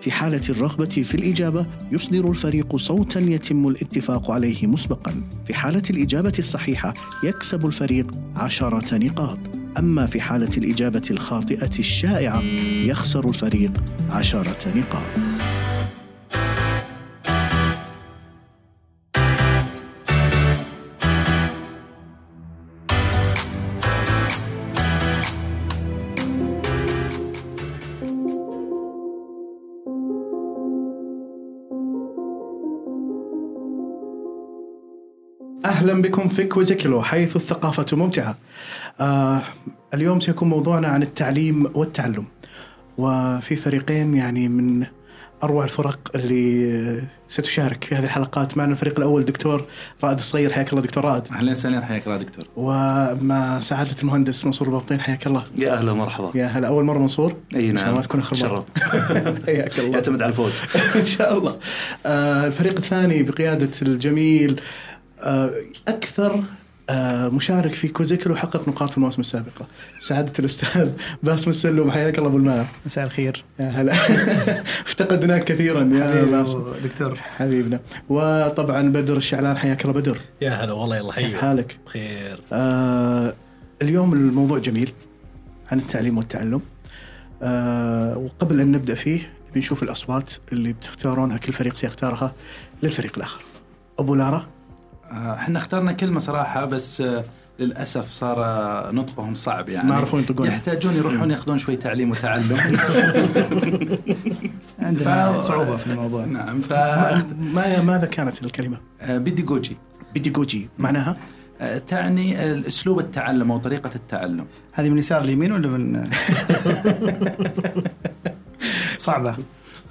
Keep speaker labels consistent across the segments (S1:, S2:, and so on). S1: في حالة الرغبة في الإجابة يصدر الفريق صوتا يتم الاتفاق عليه مسبقا في حالة الإجابة الصحيحة يكسب الفريق عشرة نقاط أما في حالة الإجابة الخاطئة الشائعة يخسر الفريق عشرة نقاط اهلا بكم في كويزيكلو حيث الثقافه ممتعه. آه اليوم سيكون موضوعنا عن التعليم والتعلم. وفي فريقين يعني من اروع الفرق اللي ستشارك في هذه الحلقات معنا الفريق الاول دكتور رائد الصغير حياك الله دكتور رائد
S2: اهلا وسهلا حياك الله دكتور
S1: ومع سعاده المهندس منصور البابطين حياك الله
S3: يا اهلا ومرحبا
S1: يا هلا اول مره منصور
S3: اي
S1: إن شاء الله
S3: نعم
S1: ما تكون اخر مرة. حياك الله
S3: يعتمد على الفوز
S1: ان شاء الله آه، الفريق الثاني بقياده الجميل آه، اكثر آه، مشارك في كوزيكلو حقق نقاط في المواسم السابقه سعاده الاستاذ باسم السلوم حياك الله ابو الماء
S4: مساء الخير
S1: يا هلا افتقدناك كثيرا يا باسم
S4: أيوه، دكتور
S1: حبيبنا وطبعا بدر الشعلان حياك الله بدر
S5: يا هلا والله يلا
S6: أيوة.
S1: كيف
S5: حيو
S1: حالك
S5: بخير
S1: آه اليوم الموضوع جميل عن التعليم والتعلم آه وقبل أن نبدأ فيه بنشوف الأصوات اللي بتختارونها كل فريق سيختارها للفريق الآخر أبو لارا
S2: آه، احنا اخترنا كلمه صراحه بس آه، للاسف صار آه، نطقهم صعب يعني
S1: ما عرفوا ينطقونها.
S2: يحتاجون يروحون ياخذون شوي تعليم وتعلم
S4: عندنا
S2: ف-
S4: صعوبه في الموضوع
S2: نعم ف
S1: ما ماذا كانت الكلمة؟
S2: بيديجوجي
S1: بيديجوجي معناها
S2: آه، تعني آه، اسلوب التعلم او طريقه التعلم
S4: هذه من يسار اليمين ولا من صعبه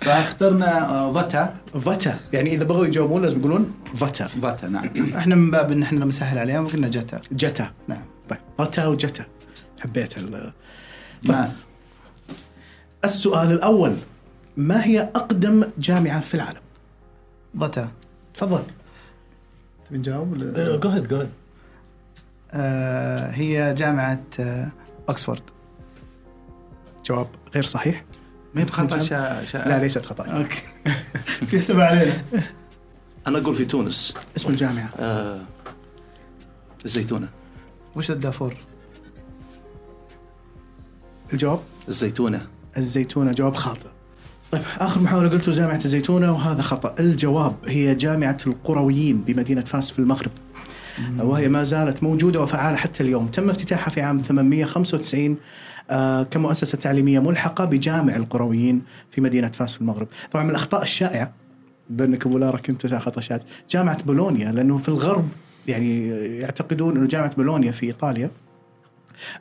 S2: فاخترنا آه، ضتا
S1: فتا يعني إذا بغوا يجاوبون لازم يقولون فتا
S2: ضتا نعم
S4: احنا من باب ان احنا لما نسهل عليهم قلنا جتا
S1: جتا
S4: نعم
S1: طيب فتا وجتا حبيت ال-
S2: ماث
S1: السؤال الأول ما هي أقدم جامعة في العالم؟
S4: ضتا
S1: تفضل
S4: تبي نجاوب ولا
S5: جو هيد جو هيد
S4: آه هي جامعه آه اوكسفورد
S1: جواب غير صحيح
S2: ما هي بخطا شا... شا...
S1: لا ليست خطأ
S4: اوكي في حسبة آه. علينا
S3: انا اقول في تونس
S1: اسم الجامعة
S3: آه الزيتونه
S4: وش الدافور؟
S1: الجواب
S3: الزيتونه
S1: الزيتونة جواب خاطئ طيب آخر محاولة قلتوا جامعة الزيتونة وهذا خطأ الجواب هي جامعة القرويين بمدينة فاس في المغرب وهي ما زالت موجودة وفعالة حتى اليوم تم افتتاحها في عام 895 آه، كمؤسسة تعليمية ملحقة بجامع القرويين في مدينة فاس في المغرب طبعا من الأخطاء الشائعة بانك ابو لارا كنت تسع خطشات جامعه بولونيا لانه في الغرب يعني يعتقدون انه جامعه بولونيا في ايطاليا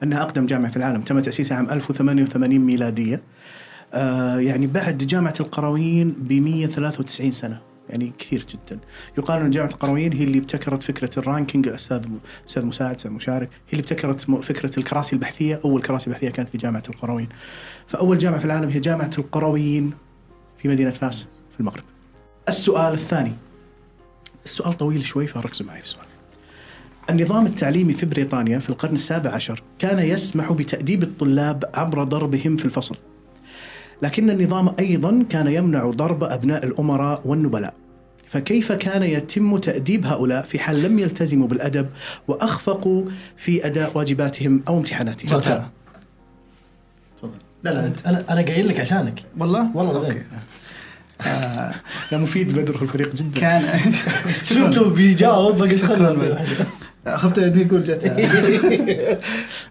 S1: انها اقدم جامعه في العالم تم تاسيسها عام 1088 ميلاديه آه يعني بعد جامعه القرويين ب 193 سنه يعني كثير جدا يقال ان جامعه القرويين هي اللي ابتكرت فكره الرانكينج الاستاذ استاذ مساعد استاذ مشارك هي اللي ابتكرت م- فكره الكراسي البحثيه اول كراسي بحثيه كانت في جامعه القرويين فاول جامعه في العالم هي جامعه القرويين في مدينه فاس في المغرب السؤال الثاني السؤال طويل شوي فركزوا معي في السؤال النظام التعليمي في بريطانيا في القرن السابع عشر كان يسمح بتأديب الطلاب عبر ضربهم في الفصل لكن النظام أيضا كان يمنع ضرب أبناء الأمراء والنبلاء فكيف كان يتم تأديب هؤلاء في حال لم يلتزموا بالأدب وأخفقوا في أداء واجباتهم أو امتحاناتهم
S4: ضتا
S5: لا لا انت انا انا قايل لك عشانك
S4: والله؟
S5: والله
S4: اوكي
S5: بعدين.
S1: آه، لا مفيد بدر في الفريق جدا
S4: كان
S5: شفته بيجاوب فقلت
S4: شكرا
S5: خلنا
S4: خفت انه يقول جتها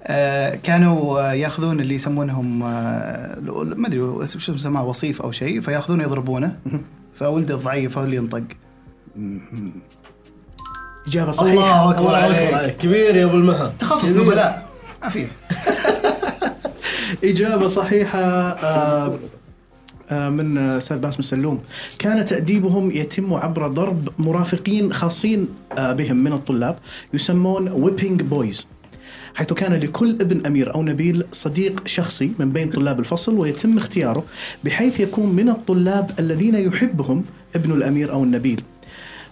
S4: آه، كانوا آه، ياخذون اللي يسمونهم آه، ما ادري وش وش يسمونه وصيف او شيء فياخذونه يضربونه فولده الضعيف هو اللي ينطق
S1: إجابة صحيحة
S4: الله أكبر
S5: الله
S4: عليك.
S5: اكبر عليك. كبير يا ابو المها
S4: تخصص
S5: كبير.
S4: نبلاء ما في
S1: إجابة صحيحة آه، آه، من آه، استاذ باسم السلوم كان تاديبهم يتم عبر ضرب مرافقين خاصين آه، بهم من الطلاب يسمون ويبينج بويز حيث كان لكل ابن امير او نبيل صديق شخصي من بين طلاب الفصل ويتم اختياره بحيث يكون من الطلاب الذين يحبهم ابن الامير او النبيل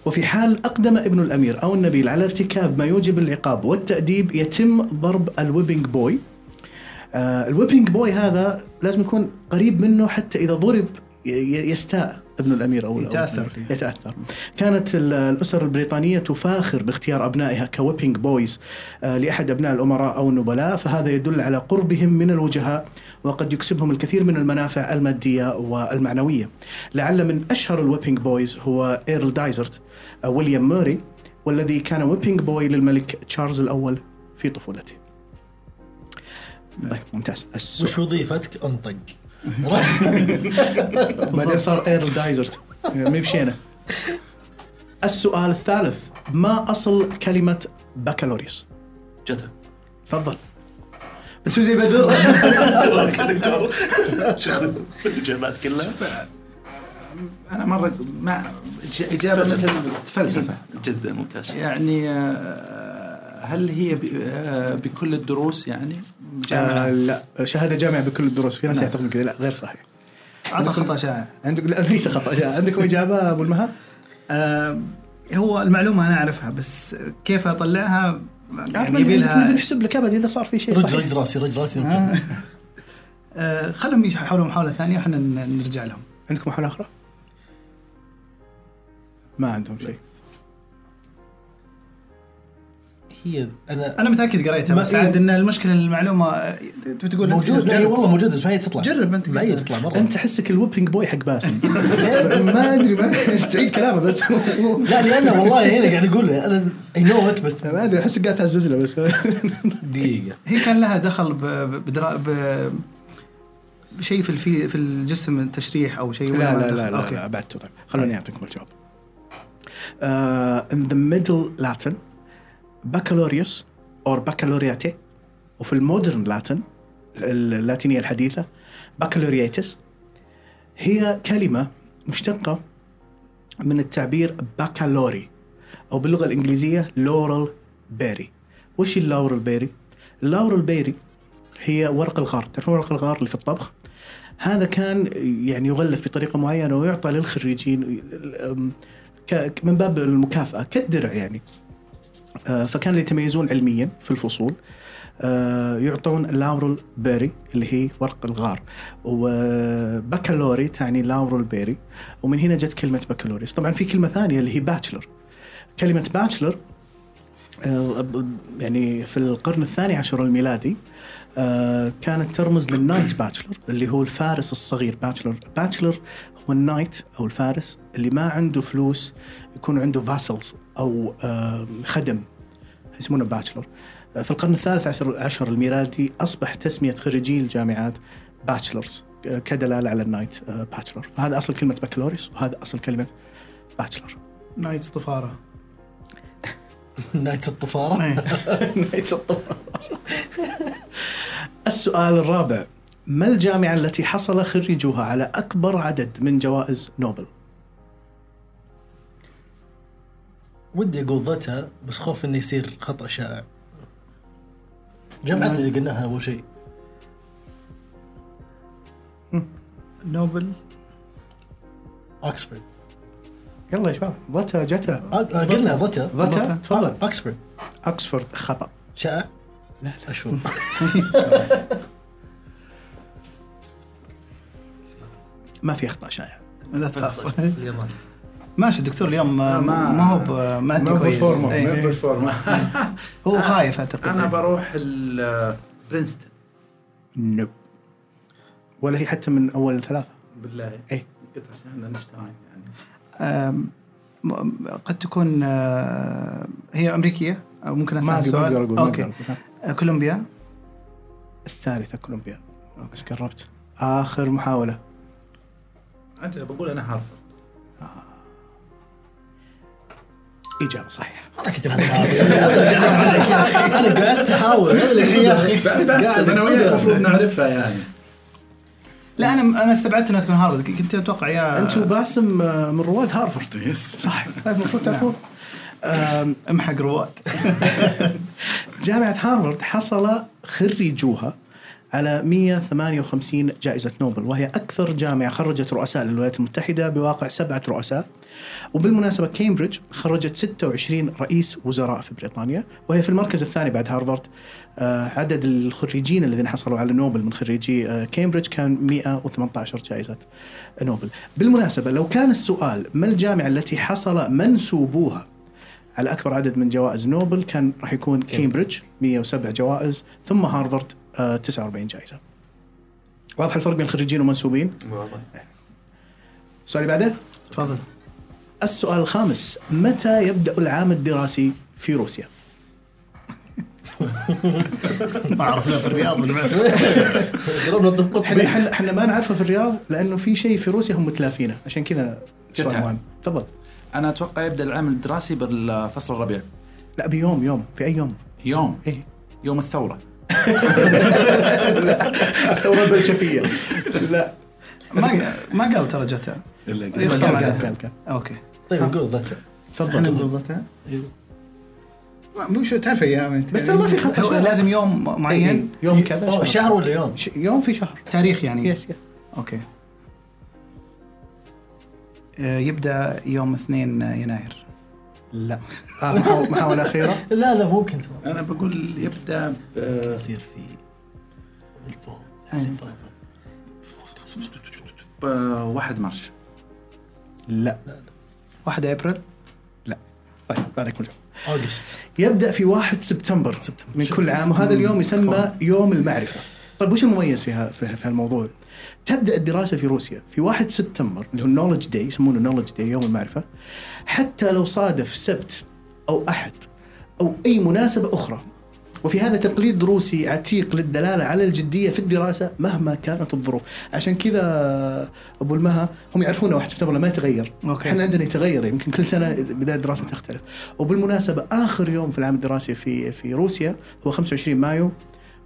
S1: وفي حال أقدم ابن الأمير أو النبيل على ارتكاب ما يوجب العقاب والتأديب يتم ضرب الويبنج بوي آه الويبنج بوي هذا لازم يكون قريب منه حتى إذا ضرب ي- ي- يستاء ابن الأمير أو أو
S4: يتأثر.
S1: النبيل. يتأثر كانت ال- الأسر البريطانية تفاخر باختيار أبنائها كويبنج بويز آه لأحد أبناء الأمراء أو النبلاء فهذا يدل على قربهم من الوجهاء وقد يكسبهم الكثير من المنافع المادية والمعنوية لعل من أشهر الويبنج بويز هو إيرل دايزرت آه، ويليام موري والذي كان ويبينج بوي للملك تشارلز الأول في طفولته طيب ممتاز السؤال.
S5: وش وظيفتك؟ انطق
S1: بعدين صار ايرل دايزرت مي بشينا السؤال الثالث ما اصل كلمه بكالوريوس؟
S3: جتها
S1: تفضل
S4: بتسوي زي بدر
S3: تبارك دكتور شخص الاجابات كلها
S2: انا مره ما إج- اجابه مثل فلسفه
S3: جدا ممتاز
S2: يعني آه، هل هي ب- آه، بكل الدروس يعني جامعة؟
S1: آه لا شهاده جامعه بكل الدروس في ناس يعتقدون كذا لا غير صحيح
S4: عطى خطا شائع
S1: عندك لا ليس خطا عندكم اجابه ابو المها؟
S4: آه، هو المعلومه انا اعرفها بس كيف اطلعها يعني
S1: يعني
S4: يبي لها
S1: بنحسب لك ابد اذا صار في شيء
S5: رج
S1: صحيح
S5: رج راسي رج راسي نكمل.
S4: آه، خلهم يحاولوا محاوله ثانيه وحنا ن- نرجع لهم
S1: عندكم محاولة أخرى؟ ما عندهم شيء
S5: هي انا
S4: انا متاكد قريتها
S5: ما-
S4: بس
S1: إيه.
S4: عاد ان المشكله المعلومه آه، تبي تقول
S5: موجود لا هي
S4: جرب
S5: والله موجوده بس ما هي تطلع
S4: جرب أنت
S5: ما هي
S4: كده.
S5: تطلع مره
S1: أيوة، أنت حسك الوبينج بوي حق باسم ما أدري ما تعيد كلامه بس
S5: لا لانه والله هنا قاعد اقول انا اي نو ات بس
S1: ما طيب، أدري أحسك قاعد تعزز له بس
S5: دقيقه
S4: هي كان لها دخل ب... ب... بدرا... ب... بشيء في الفي... في الجسم التشريح او شيء ولا
S1: لا
S4: ما
S1: لا
S4: دخل؟
S1: لا لا,
S4: أوكي.
S1: لا بعدته طيب خلوني أعطيكم الجواب uh, in the middle Latin بكالوريوس or baccalaureate وفي المودرن لاتن اللاتينية الحديثة بكالورياتس هي كلمة مشتقة من التعبير بكالوري أو باللغة الإنجليزية لورال بيري وش اللورال بيري؟ اللورال بيري هي ورق الغار تعرفون ورق الغار اللي في الطبخ هذا كان يعني يغلف بطريقة معينة ويعطى للخريجين أم، ك- من باب المكافأة كالدرع يعني آه، فكان اللي يتميزون علميا في الفصول آه، يعطون لاورل بيري اللي هي ورق الغار وبكالوري تعني لاورل بيري ومن هنا جت كلمة بكالوريوس طبعا في كلمة ثانية اللي هي باتشلر كلمة باتشلر آه، يعني في القرن الثاني عشر الميلادي آه، كانت ترمز للنايت باتشلر اللي هو الفارس الصغير باتشلر باتشلر هو النايت او الفارس اللي ما عنده فلوس يكون عنده فاسلز او آه، خدم يسمونه باتشلر آه، في القرن الثالث عشر, عشر الميلادي اصبح تسميه خريجي الجامعات باتشلرز آه، كدلاله على النايت آه، باتشلر فهذا اصل كلمه بكالوريوس وهذا اصل كلمه باتشلر
S4: نايت طفاره
S5: نايتس الطفاره
S1: نهاية الطفرة. السؤال الرابع ما الجامعة التي حصل خريجوها على أكبر عدد من جوائز نوبل؟
S5: ودي اقول ضتها بس خوف انه يصير خطا شائع آه. جمعتنا اللي قلناها اول شيء
S4: نوبل
S5: اوكسفورد
S1: يلا يا شباب ضتا جتا
S5: آه، آه، قلنا ضتها
S1: ضتا تفضل
S5: اوكسفورد
S1: أكسفورد خطأ
S5: شائع لا لا شو
S1: ما في أخطاء شائع
S4: لا تخاف ماشي الدكتور اليوم آه،
S2: ما-
S4: ما هو ب- مادي كويس إيه. هو خايف اعتقد
S2: انا بروح ال- برينستون
S1: نب ولا هي حتى من أول ثلاثة
S2: بالله
S1: إيه.
S2: قلت عشان اينشتاين يعني
S4: آم، م- قد تكون آه، هي امريكيه او ممكن اسال
S1: ما أقدر-
S4: السؤال
S1: أقدر أقول ما
S4: اوكي
S1: أقدر أقول.
S4: آه، كولومبيا
S1: الثالثة كولومبيا بس قربت آخر محاولة
S2: اجل بقول انا هارفرد
S1: إجابة صحيحة
S5: انا كنت انا قاعد احاول
S2: بس انا وياك المفروض نعرفها يعني
S4: لا انا انا استبعدت انها تكون هارفرد كنت اتوقع يا
S1: انت وباسم آه، من رواد هارفرد يس صح طيب المفروض تعرفون آم،
S4: امحق رواد
S1: جامعة هارفارد حصل خريجوها على 158 جائزة نوبل وهي أكثر جامعة خرجت رؤساء للولايات المتحدة بواقع سبعة رؤساء وبالمناسبة كامبريدج خرجت 26 رئيس وزراء في بريطانيا وهي في المركز الثاني بعد هارفارد آه، عدد الخريجين الذين حصلوا على نوبل من خريجي آه، كامبريدج كان 118 جائزة نوبل بالمناسبة لو كان السؤال ما الجامعة التي حصل منسوبوها على اكبر عدد من جوائز نوبل كان راح يكون كامبريدج 107 جوائز ثم هارفارد آه، 49 جائزه. واضح الفرق بين خريجين ومنسوبين؟ السؤال اللي بعده
S4: تفضل
S1: السؤال الخامس متى يبدا العام الدراسي في روسيا؟
S4: ما اعرف لا في الرياض ولا بعد.
S5: ضربنا الطب
S1: احنا
S5: قطبي
S1: احنا احنا ما نعرفه في الرياض لانه في شيء في روسيا هم متلافينه عشان كذا سؤال
S2: جتها.
S1: مهم تفضل
S2: انا اتوقع يبدا العام الدراسي بالفصل الربيع
S1: لا بيوم يوم في اي يوم؟
S2: يوم
S1: ايه
S2: يوم الثوره
S1: الثوره البلشفيه لا
S4: ما ما قال ترى جتها يخصم
S1: قال-
S4: عليها.
S1: قال- قال.
S4: اوكي
S5: طيب قول ذاته
S4: احنا
S1: تفضل إيه.
S4: بالضبط مو شو تعرف ايام انت
S1: بس ترى ما في خط
S4: هو
S1: أشياء.
S4: لازم يوم
S1: إيه،
S4: معين
S1: يوم كذا شهر.
S5: أوه، شهر ولا يوم؟
S1: ش- يوم في شهر
S4: تاريخ يعني
S1: يس يس
S4: اوكي آه، يبدا يوم 2 يناير
S1: لا آه، محاولة- محاولة أخيرة
S5: لا لا مو كنت
S2: انا بقول يبدا ب-
S5: يصير في الفوضى
S2: ب 1 مارش
S1: لا
S4: 1 ابريل
S1: طيب بعدك من الجواب.
S5: اوغست
S1: يبدأ في 1 سبتمبر من كل عام وهذا اليوم يسمى يوم المعرفة طيب وش المميز فيها في في هالموضوع؟ تبدا الدراسه في روسيا في 1 سبتمبر اللي هو النولج داي يسمونه نولج داي يوم المعرفه حتى لو صادف سبت او احد او اي مناسبه اخرى وفي هذا تقليد روسي عتيق للدلاله على الجديه في الدراسه مهما كانت الظروف عشان كذا ابو المها هم يعرفون 1 سبتمبر ما يتغير
S4: أوكي.
S1: احنا عندنا يتغير يمكن كل سنه بدايه الدراسه تختلف وبالمناسبه اخر يوم في العام الدراسي في في روسيا هو 25 مايو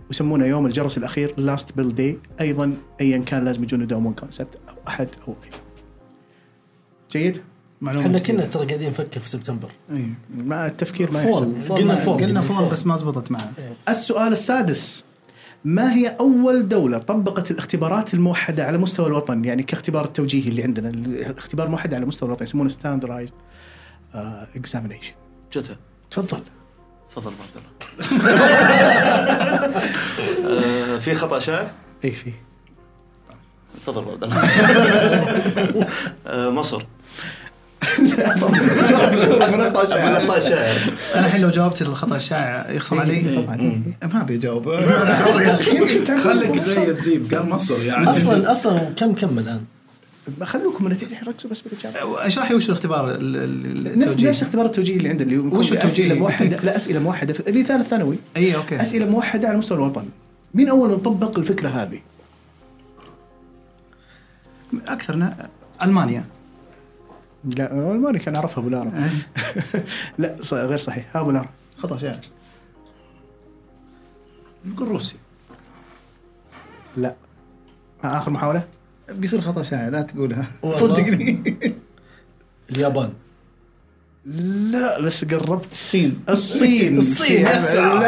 S1: ويسمونه يوم الجرس الاخير لاست بيل داي ايضا ايا كان لازم يجون يداومون كونسبت او احد او أي. جيد؟
S4: معلومه
S5: احنا
S4: جديدة.
S5: كنا ترى قاعدين نفكر في سبتمبر
S4: إيه.
S1: ما التفكير ما يحسب
S5: فول قلنا فول
S4: قلنا فول بس ما زبطت معه
S1: السؤال السادس ما هي أول دولة طبقت الاختبارات الموحدة على مستوى الوطن يعني كاختبار التوجيهي اللي عندنا الاختبار موحد على مستوى الوطن يسمونه ستاندرايزد اكزامينيشن
S3: جتها
S1: تفضل
S3: تفضل ابو عبد الله آه، في خطا شائع
S1: اي
S4: إيه،
S1: في
S3: تفضل ابو عبد الله آه، مصر خطا شائع
S4: انا الحين لو جاوبت الخطا الشائع
S1: إيه.
S4: يخصم علي إيه. ما ابي اجاوب
S2: خليك زي الذيب قال مصر يعني
S5: اصلا اصلا كم كم الان؟
S1: خلوكم من النتيجه ركزوا بس بالاجابه
S4: اشرح أه، لي وش الاختبار ال- ال-
S1: نفس
S4: التوجيه.
S1: نفس اختبار التوجيهي اللي عندنا اللي هو
S4: وش التوجيهي؟ إيه.
S1: اسئله موحده لا اسئله موحده في- اللي ثالث ثانوي
S4: اي اوكي
S1: اسئله موحده على مستوى الوطن مين اول من طبق الفكره هذه؟
S4: اكثرنا المانيا
S1: لا الماني كان عرفها ابو لارا
S4: أه.
S1: لا ص- غير صحيح ها ابو لارا
S4: خطا شائع
S2: نقول روسيا
S1: لا ها اخر محاوله
S4: بيصير خطا شائع لا تقولها
S5: والله.
S4: صدقني
S5: اليابان
S1: لا بس قربت الصين الصين
S5: الصين هسه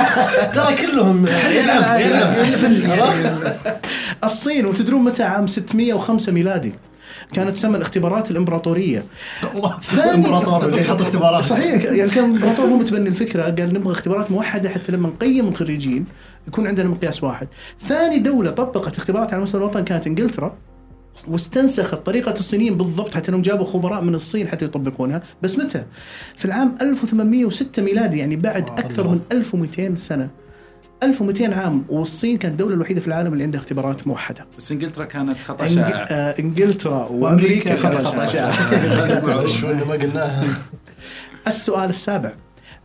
S5: ترى كلهم يلعب يلعب
S1: الصين وتدرون متى عام 605 ميلادي كانت تسمى الاختبارات الامبراطوريه
S4: الله
S1: ثاني-
S4: الامبراطور اللي يحط اختبارات
S1: صحيح يعني كان الامبراطور هو متبني الفكره قال نبغى اختبارات موحده حتى لما نقيم الخريجين يكون عندنا مقياس واحد. ثاني دوله طبقت اختبارات على مستوى الوطن كانت انجلترا واستنسخت طريقة الصينيين بالضبط حتى انهم جابوا خبراء من الصين حتى يطبقونها، بس متى؟ في العام 1806 ميلادي يعني بعد أكثر من 1200 سنة. 1200 عام والصين كانت الدولة الوحيدة في العالم اللي عندها اختبارات موحدة.
S2: بس انجلترا كانت خطا
S1: إنج-
S2: شائع
S1: آه، انجلترا وامريكا
S4: كانت
S1: كانت
S4: خطأ
S1: شائعة.
S5: معلش وإنه ما قلناها
S1: السؤال السابع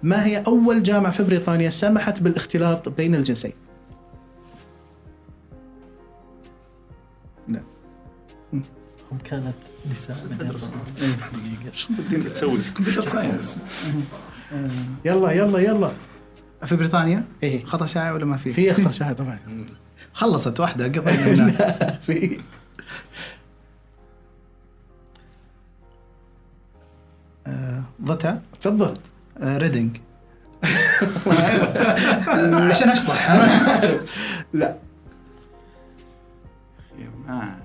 S1: ما هي أول جامعة في بريطانيا سمحت بالاختلاط بين الجنسين؟
S5: هم كانت نساء
S3: الدين تسوي
S2: كمبيوتر ساينس
S1: يلا يلا يلا
S4: في بريطانيا
S1: إيه.
S4: خطا شائع ولا ما في؟
S1: في اختار شاهد طبعا
S4: خلصت واحده قضينا
S1: في
S4: آه، ضتا
S1: تفضل
S4: آه، ريدنج عشان اشطح ها؟
S1: لا
S2: آه.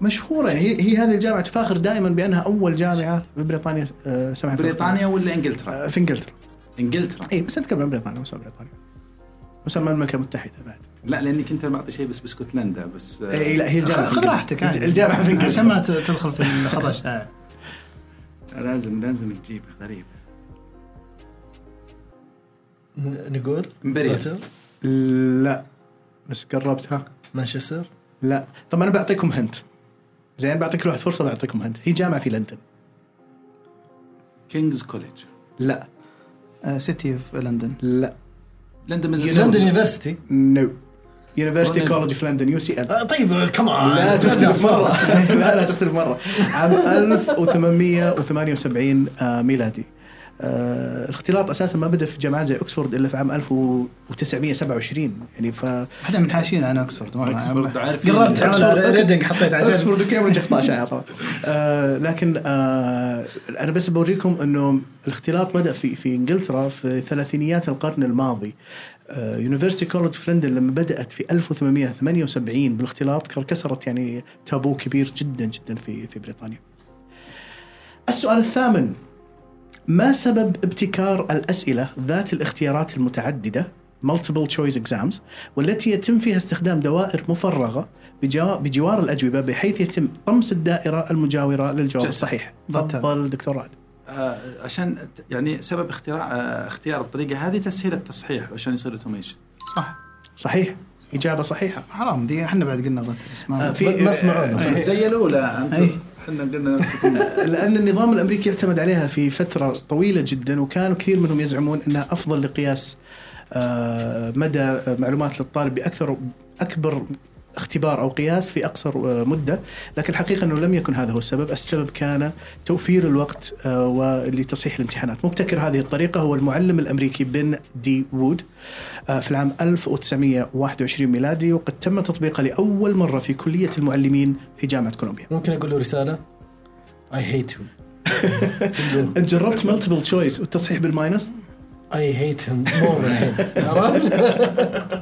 S1: مشهوره يعني هي, هي هذه الجامعه تفاخر دائما بانها اول جامعه في بريطانيا آه، سمحت بالخطأ.
S2: بريطانيا ولا انجلترا؟
S1: آه، في انجلترا
S2: انجلترا
S1: اي بس اتكلم عن بريطانيا مسمى بريطانيا مسمى المملكه المتحده بعد
S2: لا لاني كنت بعطي شيء بس باسكتلندا بس آه،
S1: اي إيه، لا هي الجامعه في
S4: خذ
S1: إنجلترا.
S4: راحتك عادي.
S1: الجامعه في
S4: عشان ما
S1: انجلترا
S4: ت- تدخل في آه، الخطا الشائع
S2: لازم لازم تجيبها غريب
S5: ن- نقول
S2: إمبريال.
S5: غوتا،
S1: لا بس قربتها
S5: مانشستر
S1: لا طب انا بعطيكم هنت زين بعطيك كل واحد فرصه بعطيكم هنت هي جامعه في لندن
S2: كينجز كوليج
S1: لا
S4: آه، سيتي في لندن
S1: لا
S2: لندن is a
S5: لندن
S2: suburb.
S5: يونيفرستي
S1: نو يونيفرستي
S2: لندن.
S1: كولج في لندن يو سي ال
S5: آه، طيب كمان
S1: لا تختلف مره لا لا تختلف مره عام 1878 آه، ميلادي آه، الاختلاط اساسا ما بدا في جامعات زي اوكسفورد الا في عام 1927 يعني ف
S4: احنا منحاشين عن اوكسفورد مرة.
S2: أوكسفورد عارفين.
S4: قربت
S1: أوكسفورد-
S4: على ريدنج حطيت عشان
S1: اوكسفورد وكامبريدج 11 يا طبعا آه، لكن آه، انا بس بوريكم انه الاختلاط بدا في في انجلترا في ثلاثينيات القرن الماضي آه، يونيفرستي كولج في لندن لما بدات في 1878 بالاختلاط كر- كسرت يعني تابو كبير جدا جدا في في بريطانيا. السؤال الثامن ما سبب ابتكار الاسئله ذات الاختيارات المتعدده multiple choice exams والتي يتم فيها استخدام دوائر مفرغه بجوا- بجوار الاجوبه بحيث يتم طمس الدائره المجاوره للجواب
S2: جزاك.
S1: الصحيح.
S4: بالطبع.
S1: تفضل دكتور رعد.
S2: آه، عشان ت- يعني سبب اختراع آه، اختيار الطريقه هذه تسهيل التصحيح عشان يصير اوتوميشن
S1: إيه.
S4: صح
S1: صحيح اجابه صحيحه.
S4: حرام دي احنا بعد قلنا ضتا بس ما
S1: آه، في-
S5: ما سمعونا.
S1: صحيح.
S2: زي الاولى انتم
S1: إيه.
S4: أي.
S2: احنا قلنا نفس الكلام.
S1: لان النظام الامريكي اعتمد عليها في فتره طويله جدا وكانوا كثير منهم يزعمون انها افضل لقياس آه، مدى معلومات للطالب باكثر اكبر اختبار او قياس في اقصر آه، مده، لكن الحقيقه انه لم يكن هذا هو السبب، السبب كان توفير الوقت آه، ولتصحيح الامتحانات، مبتكر هذه الطريقه هو المعلم الامريكي بن دي وود آه، في العام 1921 ميلادي وقد تم تطبيقه لاول مره في كليه المعلمين في جامعه كولومبيا.
S5: ممكن اقول له رساله اي هيت هيم
S1: انت جربت ملتيبل تشويس والتصحيح بالماينس
S5: اي هيت هيم مور الحين عرفت؟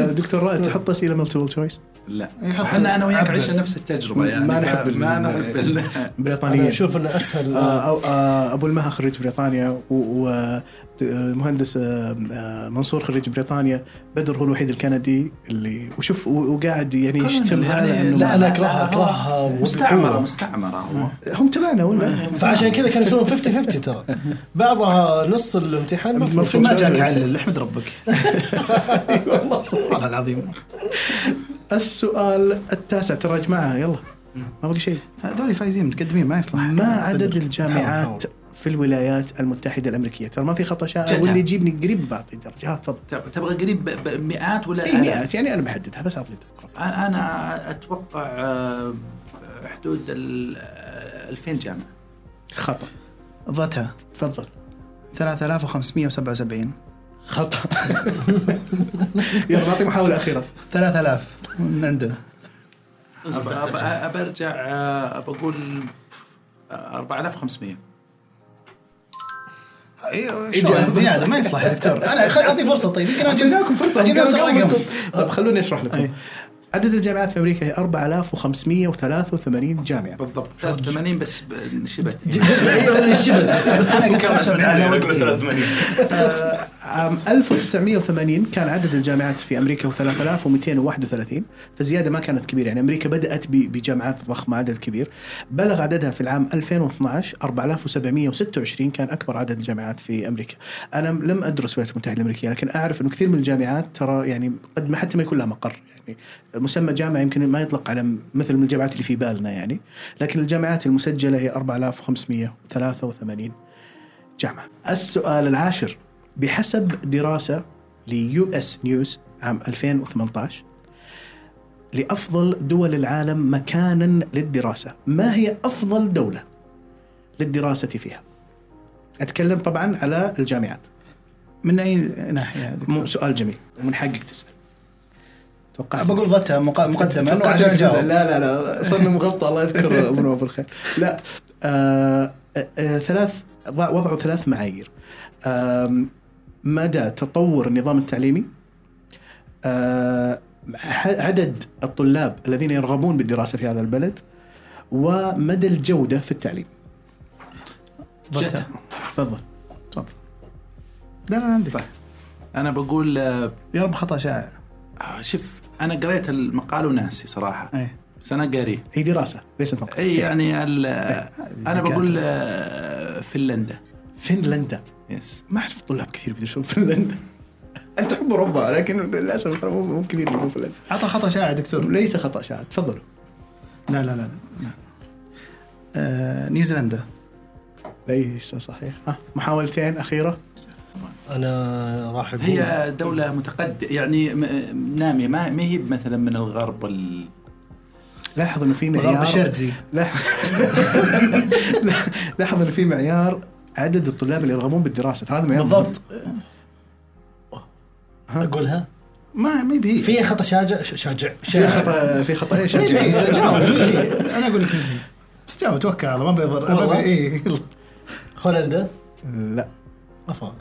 S1: آه، دكتور رائد تحط اسئله ملتيبل تشويس
S2: لا احنا انا وياك
S5: عبر.
S2: عشنا نفس التجربه يعني
S1: ما
S2: ف-
S1: نحب ال-
S2: ما نحب ال-
S5: انا
S1: بريطانيه
S5: اشوف انه اسهل
S1: آه، أو آه، ابو المها خريج بريطانيا آه، ومهندس آه، منصور خريج بريطانيا بدر هو الوحيد الكندي اللي وشوف و- وقاعد يعني يشتم
S2: يعني
S1: هذا انه
S5: لا
S1: ما-
S5: انا اكرهها اكرهها
S2: مستعمره
S5: وبقوة.
S2: مستعمره هو
S1: هم تبعنا ولا
S5: فعشان كذا كانوا يسوون 50 50 ترى بعضها نص الامتحان
S1: مطلوب.
S4: ما جاك علل احمد ربك والله العظيم
S1: السؤال التاسع ترى يا جماعه يلا ما بقي شيء
S4: هذول آه، فايزين متقدمين ما يصلح
S1: ما عدد
S4: بدر.
S5: حاول،
S1: الجامعات في الولايات المتحده الامريكيه ترى ما في خطا شائع
S2: جدع.
S1: واللي يجيبني قريب بعطي درجه ها تفضل
S2: تب- تبغى قريب ب- ب- مئات ولا
S1: اي
S2: آلاف؟
S1: مئات يعني انا بحددها بس اعطيك
S2: أ- انا اتوقع آه، حدود ال آه، 2000 جامعه
S1: خطا
S4: ضتا
S1: تفضل
S4: 3577
S1: خطا يلا بعطيك محاوله اخيره
S4: 3000 من عندنا
S2: أب- أب- أب- برجع آه، بقول آه، 4500
S4: شو زياده ما يصلح يا دكتور انا خل اعطني فرصه طيب يمكن اجي
S1: جبناكم فرصه
S4: أجيب نفس الرقم.
S1: طب طيب، خلوني اشرح لكم
S4: أي.
S1: عدد الجامعات في امريكا هي 4583 جامعه
S2: بالضبط 83 بس ب- شبت
S5: جد جد ايوه شبت
S4: انا قلت
S3: كم
S4: أبشر
S3: سبعين
S4: على
S3: على
S4: وقتي.
S3: 83
S1: آه، عام 1980 كان عدد الجامعات في امريكا هو 3231 فالزياده ما كانت كبيره يعني امريكا بدات ب- بجامعات ضخمه عدد كبير بلغ عددها في العام 2012 4726 كان اكبر عدد الجامعات في امريكا انا م- لم ادرس الولايات المتحده الامريكيه لكن اعرف انه كثير من الجامعات ترى يعني قد ما حتى ما يكون لها مقر يعني مسمى جامعه يمكن ما يطلق على م- مثل من الجامعات اللي في بالنا يعني لكن الجامعات المسجله هي 4583 جامعة السؤال العاشر بحسب دراسة ليو اس نيوز عام 2018 لأفضل دول العالم مكانا للدراسة ما هي أفضل دولة للدراسة فيها أتكلم طبعا على الجامعات
S4: من اي ناحيه يا دكتور؟
S1: مو سؤال جميل من حقك تسأل توقعت
S4: بقول ضتها مقا- مقدما
S1: توقعت
S4: وعشان
S1: الجزء.
S4: اجاوب
S1: لا لا لا صرنا مغطى الله يذكر منه بالخير لا آه آه ثلاث ضع- وضعوا ثلاث معايير آم، مدى تطور النظام التعليمي آه، ح- عدد الطلاب الذين يرغبون بالدراسه في هذا البلد ومدى الجوده في التعليم
S4: ضتها
S1: تفضل
S4: تفضل لا لا عندك
S2: انا بقول آه،
S4: طيب. يا رب خطا شائع
S2: آه، شوف انا قريت المقال وناسي صراحه
S4: ايه
S2: بس انا قاريه
S1: هي دراسه ليست مقال
S2: اي يعني ال- انا
S4: دكاترة.
S2: بقول آه، فنلندا
S1: فنلندا
S2: يس
S1: ما اعرف طلاب كثير بيدرسون فنلندا انت تحب اوروبا لكن للاسف ترى مو مو كثير يدرسون فنلندا
S4: عطى خطا شائع دكتور
S1: ليس خطا شائع تفضلوا
S4: لا لا لا, لا. آه، نيوزيلندا
S1: إيه، ليس صحيح ها محاولتين اخيره
S5: انا راح اقول
S2: هي دولة متقد يعني م- نامية ما ما هي مثلا من الغرب وال...
S1: لاحظ انه في
S4: الغرب
S1: معيار
S4: الشرزي
S1: لاحظ لاحظ انه في معيار عدد الطلاب اللي يرغبون بالدراسه ترى هذا معيار مهم.
S5: بالضبط اقولها
S1: ما ما يبي
S5: في خطا شاجع شاجع
S1: في
S5: شاجع إيه،
S1: خطا في خطا ايش
S4: جاوب انا اقول لك بس جاوب توكل على الله، ما بيضر ما بي-
S5: والله.
S4: إيه، يلا.
S5: هولندا
S1: لا
S5: ما فاهم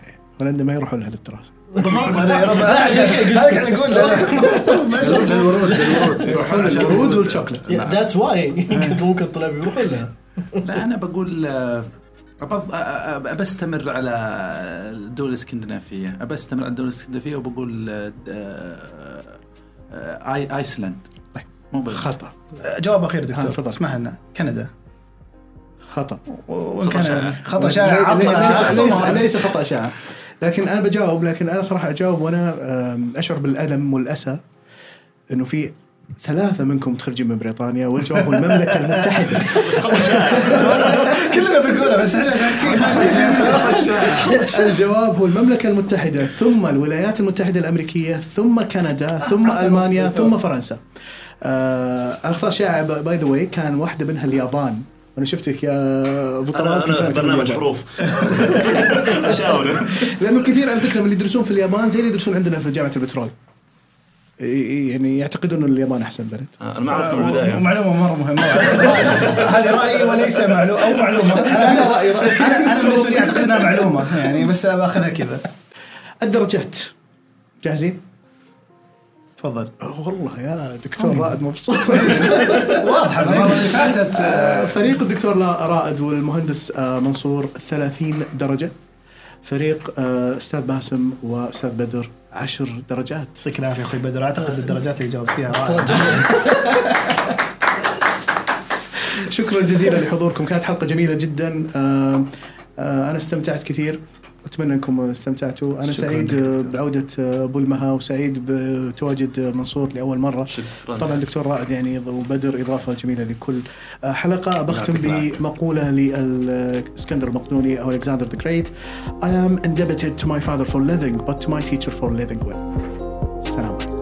S1: هولندا ما يروحون لها للدراسه
S4: بالضبط انا يا رب انا
S5: عشان كذا قلت
S4: قاعد اقول
S2: للورود للورود
S1: يروحون للورود والشوكلت
S4: نعم.
S5: ذاتس واي ممكن الطلاب يروحون لها
S2: لا أنا بقول آه، أبض- آه، آه، أبستمر على الدول الإسكندنافية أبستمر على الدول الإسكندنافية وبقول آه، آه، آه، آي- أيسلند مو بغ-
S1: خطا
S4: جواب اخير
S1: آه،
S4: دكتور
S1: تفضل.
S4: اسمح لنا كندا
S1: خطا
S4: وان كان
S2: شائع.
S4: خطا شائع
S1: ليس- ليس- ليس
S4: عطى
S1: ليس خطا شائع لكن انا بجاوب لكن انا صراحه اجاوب وانا أم، اشعر بالالم والاسى انه في ثلاثة منكم متخرجين من بريطانيا والجواب هو المملكة المتحدة
S4: كلنا بنقولها بس احنا
S1: الجواب هو المملكة المتحدة ثم الولايات المتحدة الأمريكية ثم كندا ثم ألمانيا ثم فرنسا آه الأخطاء شائعة باي ذا واي كان واحدة منها اليابان أنا شفتك يا أبو طلال
S3: انا
S1: كيف
S3: انا
S1: أعجبك
S3: برنامج
S1: اليابان.
S3: حروف شاولوا
S1: لانه كثير على فكره من اللي يدرسون في اليابان زي اللي يدرسون عندنا في جامعه البترول إي- إي- يعني يعتقدون انه اليابان احسن بلد
S3: انا آه، ما عرفت من البدايه
S4: معلومه مره مهمه هذه رايي وليس معلومه او معلومه انا رايي انا أنا بالنسبه لي اعتقد انها معلومه يعني بس باخذها كذا
S1: الدرجات جاهزين؟
S4: تفضل طيب.
S1: أوه، والله يا دكتور رائد مبسوط
S4: واضحه
S2: المرة اللي فاتت آه،
S1: فريق الدكتور لا- رائد والمهندس آه، منصور 30 درجه فريق آه، استاذ باسم واستاذ بدر 10 درجات
S4: يعطيك العافيه اخوي بدر اعتقد الدرجات اللي جاوبت فيها رائعة.
S1: شكرا جزيلا لحضوركم كانت حلقه جميله جدا آه، آه، انا استمتعت كثير اتمنى انكم استمتعتوا انا
S4: شكراً
S1: سعيد
S4: لك
S1: آه،
S4: دكتور.
S1: بعوده آه، ابو المها وسعيد بتواجد آه، منصور لاول مره
S3: شكراً.
S1: طبعا دكتور رائد يعني ض- وبدر اضافه جميله لكل آه، حلقه بختم
S2: يعطيك العافية.
S1: بمقوله للاسكندر المقدوني او الكسندر ذا جريت I am indebted to my father for living but to my teacher for living well السلام عليكم